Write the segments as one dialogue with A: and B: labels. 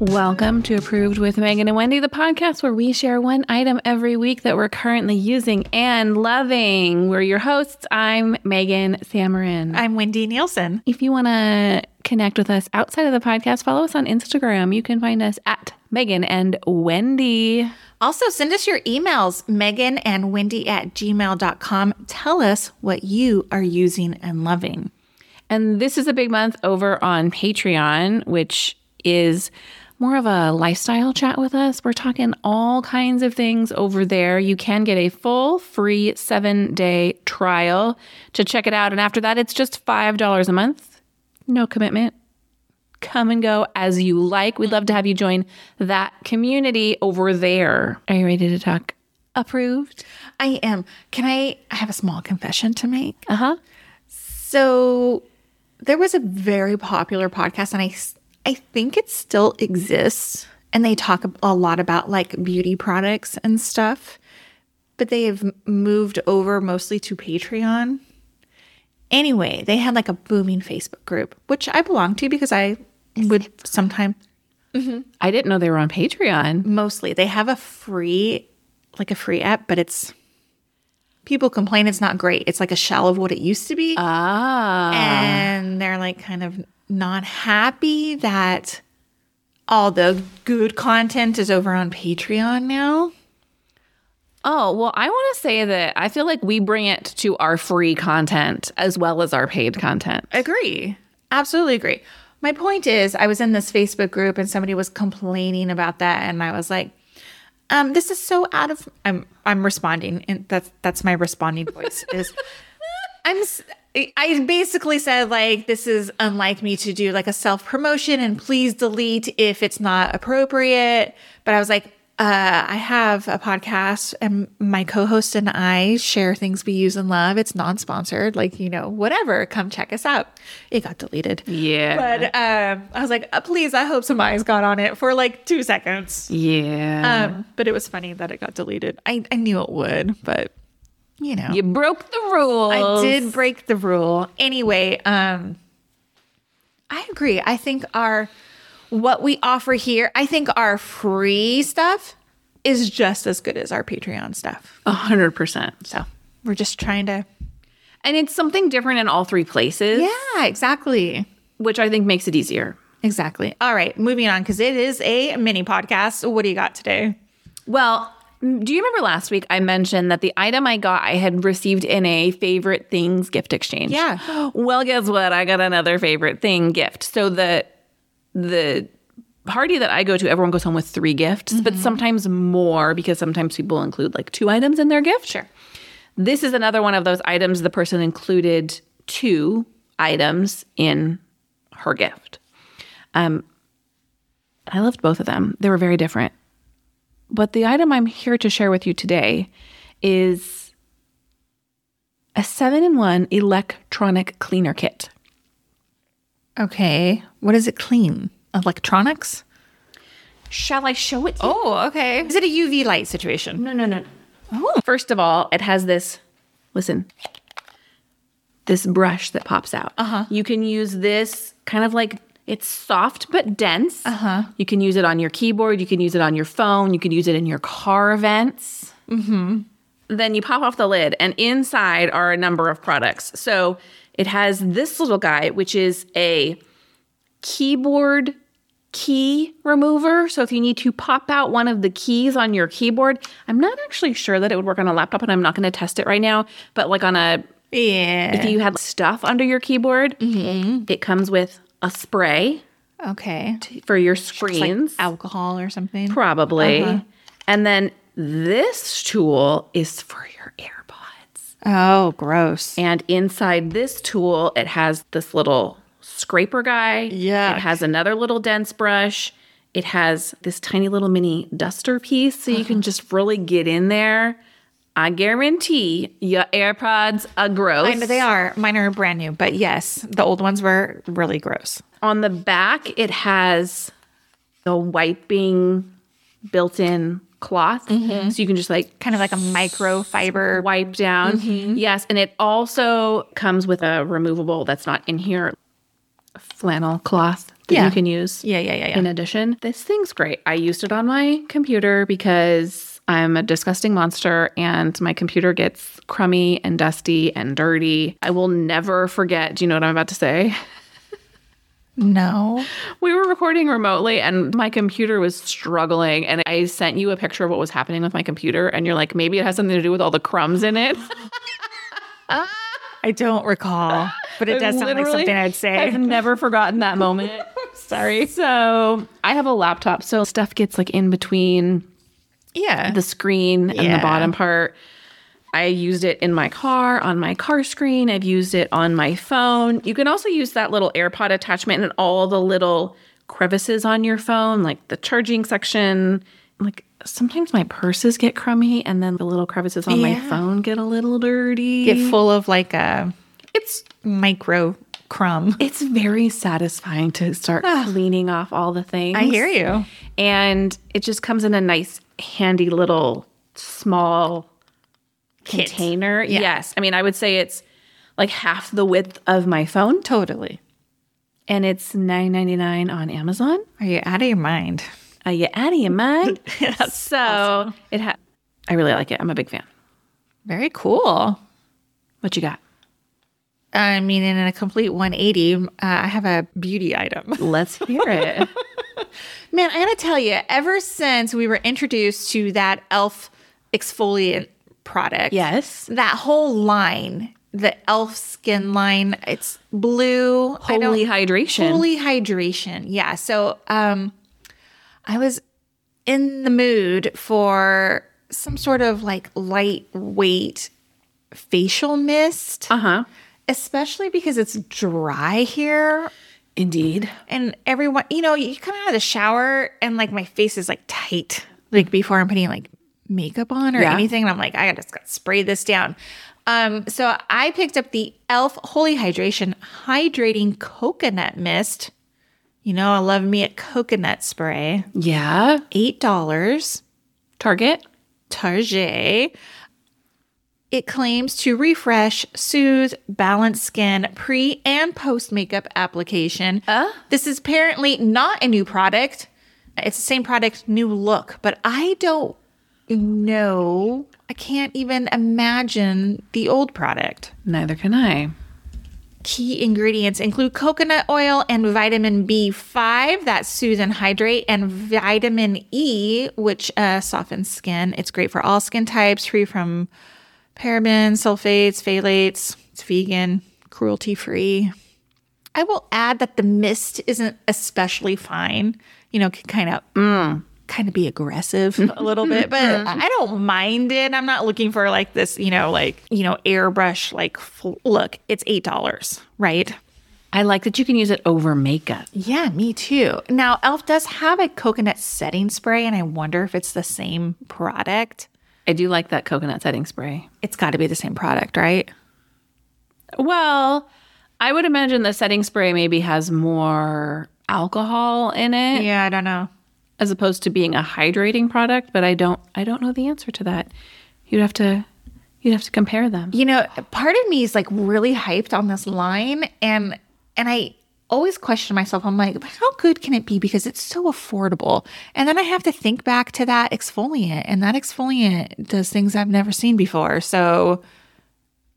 A: Welcome to Approved with Megan and Wendy, the podcast where we share one item every week that we're currently using and loving. We're your hosts. I'm Megan Samarin.
B: I'm Wendy Nielsen.
A: If you want to connect with us outside of the podcast, follow us on Instagram. You can find us at Megan and Wendy.
B: Also, send us your emails, Megan and Wendy at gmail.com. Tell us what you are using and loving.
A: And this is a big month over on Patreon, which is more of a lifestyle chat with us. We're talking all kinds of things over there. You can get a full free seven day trial to check it out. And after that, it's just $5 a month. No commitment. Come and go as you like. We'd love to have you join that community over there. Are you ready to talk? Approved.
B: I am. Can I, I have a small confession to make?
A: Uh huh.
B: So, there was a very popular podcast, and I s- I think it still exists. And they talk a- a lot about like beauty products and stuff, but they have m- moved over mostly to Patreon. Anyway, they had like a booming Facebook group, which I belong to because I would sometimes
A: I didn't know they were on Patreon.
B: mostly they have a free, like a free app, but it's people complain it's not great. It's like a shell of what it used to be.
A: Ah.
B: and they're like kind of not happy that all the good content is over on Patreon now.
A: Oh, well, I want to say that I feel like we bring it to our free content as well as our paid content.
B: Agree. Absolutely agree. My point is, I was in this Facebook group and somebody was complaining about that, and I was like, um, "This is so out of." I'm I'm responding, and that's that's my responding voice is. I'm. s- I basically said like this is unlike me to do like a self promotion and please delete if it's not appropriate. But I was like, uh, I have a podcast and my co-host and I share things we use and love. It's non-sponsored, like you know, whatever. Come check us out. It got deleted.
A: Yeah.
B: But um, I was like, uh, please, I hope some eyes got on it for like two seconds.
A: Yeah.
B: Um, but it was funny that it got deleted. I, I knew it would, but you know.
A: you broke the rules.
B: I did break the rule. Anyway, um I agree. I think our what we offer here, I think our free stuff is just as good as our Patreon stuff.
A: a 100%.
B: So, we're just trying to
A: And it's something different in all three places,
B: Yeah, exactly.
A: which I think makes it easier.
B: Exactly. All right, moving on cuz it is a mini podcast. What do you got today?
A: Well, m- do you remember last week I mentioned that the item I got I had received in a favorite things gift exchange?
B: Yeah.
A: Well, guess what? I got another favorite thing gift. So the the party that I go to, everyone goes home with three gifts, but sometimes more because sometimes people include like two items in their gift. Sure. This is another one of those items. The person included two items in her gift. Um, I loved both of them. They were very different. But the item I'm here to share with you today is a seven in one electronic cleaner kit.
B: Okay. What is it clean? Electronics?
A: Shall I show it to you?
B: Oh, okay. Is it a UV light situation?
A: No, no, no. First of all, it has this listen, this brush that pops out. Uh-huh. You can use this kind of like it's soft but dense. Uh-huh. You can use it on your keyboard, you can use it on your phone, you can use it in your car vents. Mm-hmm. Then you pop off the lid, and inside are a number of products. So it has this little guy, which is a keyboard key remover. So if you need to pop out one of the keys on your keyboard, I'm not actually sure that it would work on a laptop and I'm not going to test it right now, but like on a
B: Yeah.
A: if you had stuff under your keyboard, it comes with a spray
B: Okay.
A: for your
B: like
A: screens
B: alcohol or something.
A: probably. And then this tool is for your AirPods.
B: Oh, gross.
A: And inside this tool, it has this little scraper guy.
B: Yuck.
A: It has another little dense brush. It has this tiny little mini duster piece so you can just really get in there. I guarantee your AirPods are gross.
B: I know they are. Mine are brand new, but yes, the old ones were really gross.
A: On the back, it has a wiping built in cloth.
B: Mm-hmm.
A: So you can just like
B: Kind of like a microfiber.
A: wipe down.
B: Mm-hmm.
A: Yes, and it also comes with a removable that's not in here flannel cloth that
B: Yeah.
A: you can use
B: Yeah, yeah, yeah, yeah.
A: in addition. This thing's great. I used it on my computer because I'm a disgusting monster and my computer gets crummy and dusty and dirty. I will never forget. Do you know what I'm about to say?
B: no.
A: We were recording remotely and my computer was struggling. And I sent you a picture of what was happening with my computer. And you're like, maybe it has something to do with all the crumbs in it.
B: I don't recall, but it does sound like
A: Literally,
B: something I'd say.
A: I've never forgotten that moment.
B: Sorry.
A: So I have a laptop. So stuff gets like in between
B: Yeah.
A: the screen and
B: Yeah.
A: the bottom part. I used it in my car, on my car screen. I've used it on my phone. You can also use that little AirPod attachment and all the little crevices on your phone, like the charging section. Like sometimes my purses get crummy, and then the little crevices on my
B: Yeah.
A: phone get a little dirty.
B: get full of like a it's micro crumb.
A: it's very satisfying to start cleaning off all the things.
B: Ah. I hear you.
A: And it just comes in a nice, handy little small
B: Kit.
A: container.
B: Yeah.
A: Yes. I mean, I would say it's like half the width of my phone
B: Totally.
A: and it's nine ninety nine on Amazon.
B: Are you out of your mind?
A: Are you out of your mind? so it ha- I really like it. I'm a big fan.
B: Very cool.
A: What you got?
B: I mean, in a complete 180, uh, I have a beauty item.
A: Let's hear it.
B: Man, I gotta tell you, ever since we were introduced to that e.l.f. exfoliant product,
A: Yes.
B: that whole line, the e.l.f. skin line, it's blue. I don't-
A: Holy hydration.
B: Holy hydration. Yeah. So um I was in the mood for some sort of like lightweight facial mist,
A: uh-huh.
B: especially because it's dry here
A: Indeed.
B: and everyone, you know, you come out of the shower and like my face is like tight, like before I'm putting like makeup on or
A: Yeah.
B: anything. And I'm like, I just got to spray this down. Um, so I picked up the e.l.f. Holy Hydration Hydrating Coconut Mist. You know, I love me a coconut spray.
A: Yeah.
B: $8.
A: Target.
B: Target. It claims to refresh, soothe, balance skin pre and post makeup application. This is apparently not a new product. It's the same product, new look, but I don't know. I can't even imagine the old product.
A: Neither can I.
B: Key ingredients include coconut oil and vitamin B5 that soothe and hydrate, and vitamin E, which uh, softens skin. It's great for all skin types, free from parabens, sulfates, phthalates. It's vegan, cruelty free. I will add that the mist isn't especially fine. You know, can mm, kind of kind of be aggressive a little bit, but I don't mind it. I'm not looking for like this, you know, like you know, airbrush. Like, fl- look, it's eight dollars, right?
A: I like that you can use it over makeup.
B: Yeah, me too. Now, Elf does have a coconut setting spray, and I wonder if it's the same product.
A: I do like that coconut setting spray.
B: It's got to be the same product, right?
A: Well, I would imagine the setting spray maybe has more alcohol in it
B: Yeah, I don't know.
A: as opposed to being a hydrating product, but I don't I don't know the answer to that. You'd have to you'd have to compare them.
B: You know, part of me is like really hyped on this line, and and I always question myself. I'm like, how good can it be? Because it's so affordable, and then I have to think back to that exfoliant, and that exfoliant does things I've never seen before. So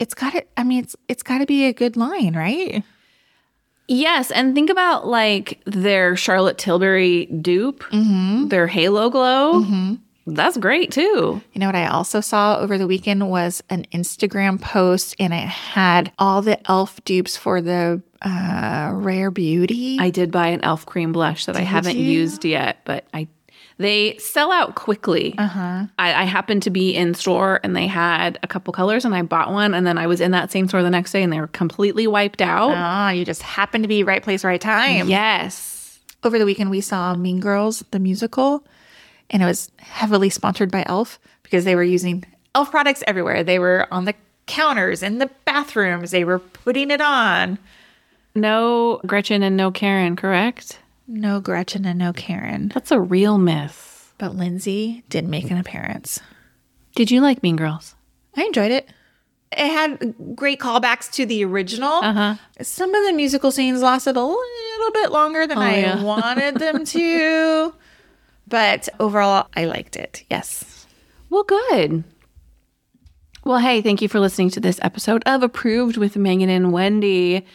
B: it's got to. I mean, it's it's got to be a good line, right?
A: Yes, and think about like their Charlotte Tilbury dupe, their Halo Glow. That's great too.
B: You know what I also saw over the weekend was an Instagram post, and it had all the elf dupes for the uh, rare beauty.
A: I did buy an elf cream blush that I haven't used yet, but I they sell out quickly. Uh-huh. I, I happened to be in store and they had a couple colors and I bought one and then I was in that same store the next day and they were completely wiped out.
B: Ah, you just happen to be right place, right time.
A: yes.
B: Over the weekend, we saw Mean Girls, the musical, and it was heavily sponsored by Elf because they were using Elf products everywhere. They were on the counters, in the bathrooms, they were putting it on.
A: No Gretchen and no Karen, correct?
B: No Gretchen and no Karen,
A: That's a real myth.
B: but Lindsay did make an appearance.
A: Did you like Mean Girls?
B: I enjoyed it. It had great callbacks to the original. Some of the musical scenes lasted a little little bit longer than I
A: yeah.
B: wanted them to. But overall, I liked it. Yes.
A: Well, good. Well, hey, thank you for listening to this episode of Approved with Megan and Wendy.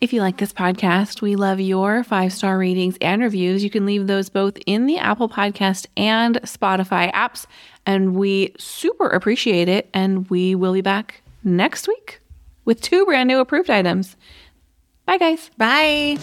A: If you like this podcast, we love your five star ratings and reviews. You can leave those both in the Apple Podcast and Spotify apps, and we super appreciate it. And we will be back next week with two brand new approved items. Bye, guys.
B: Bye.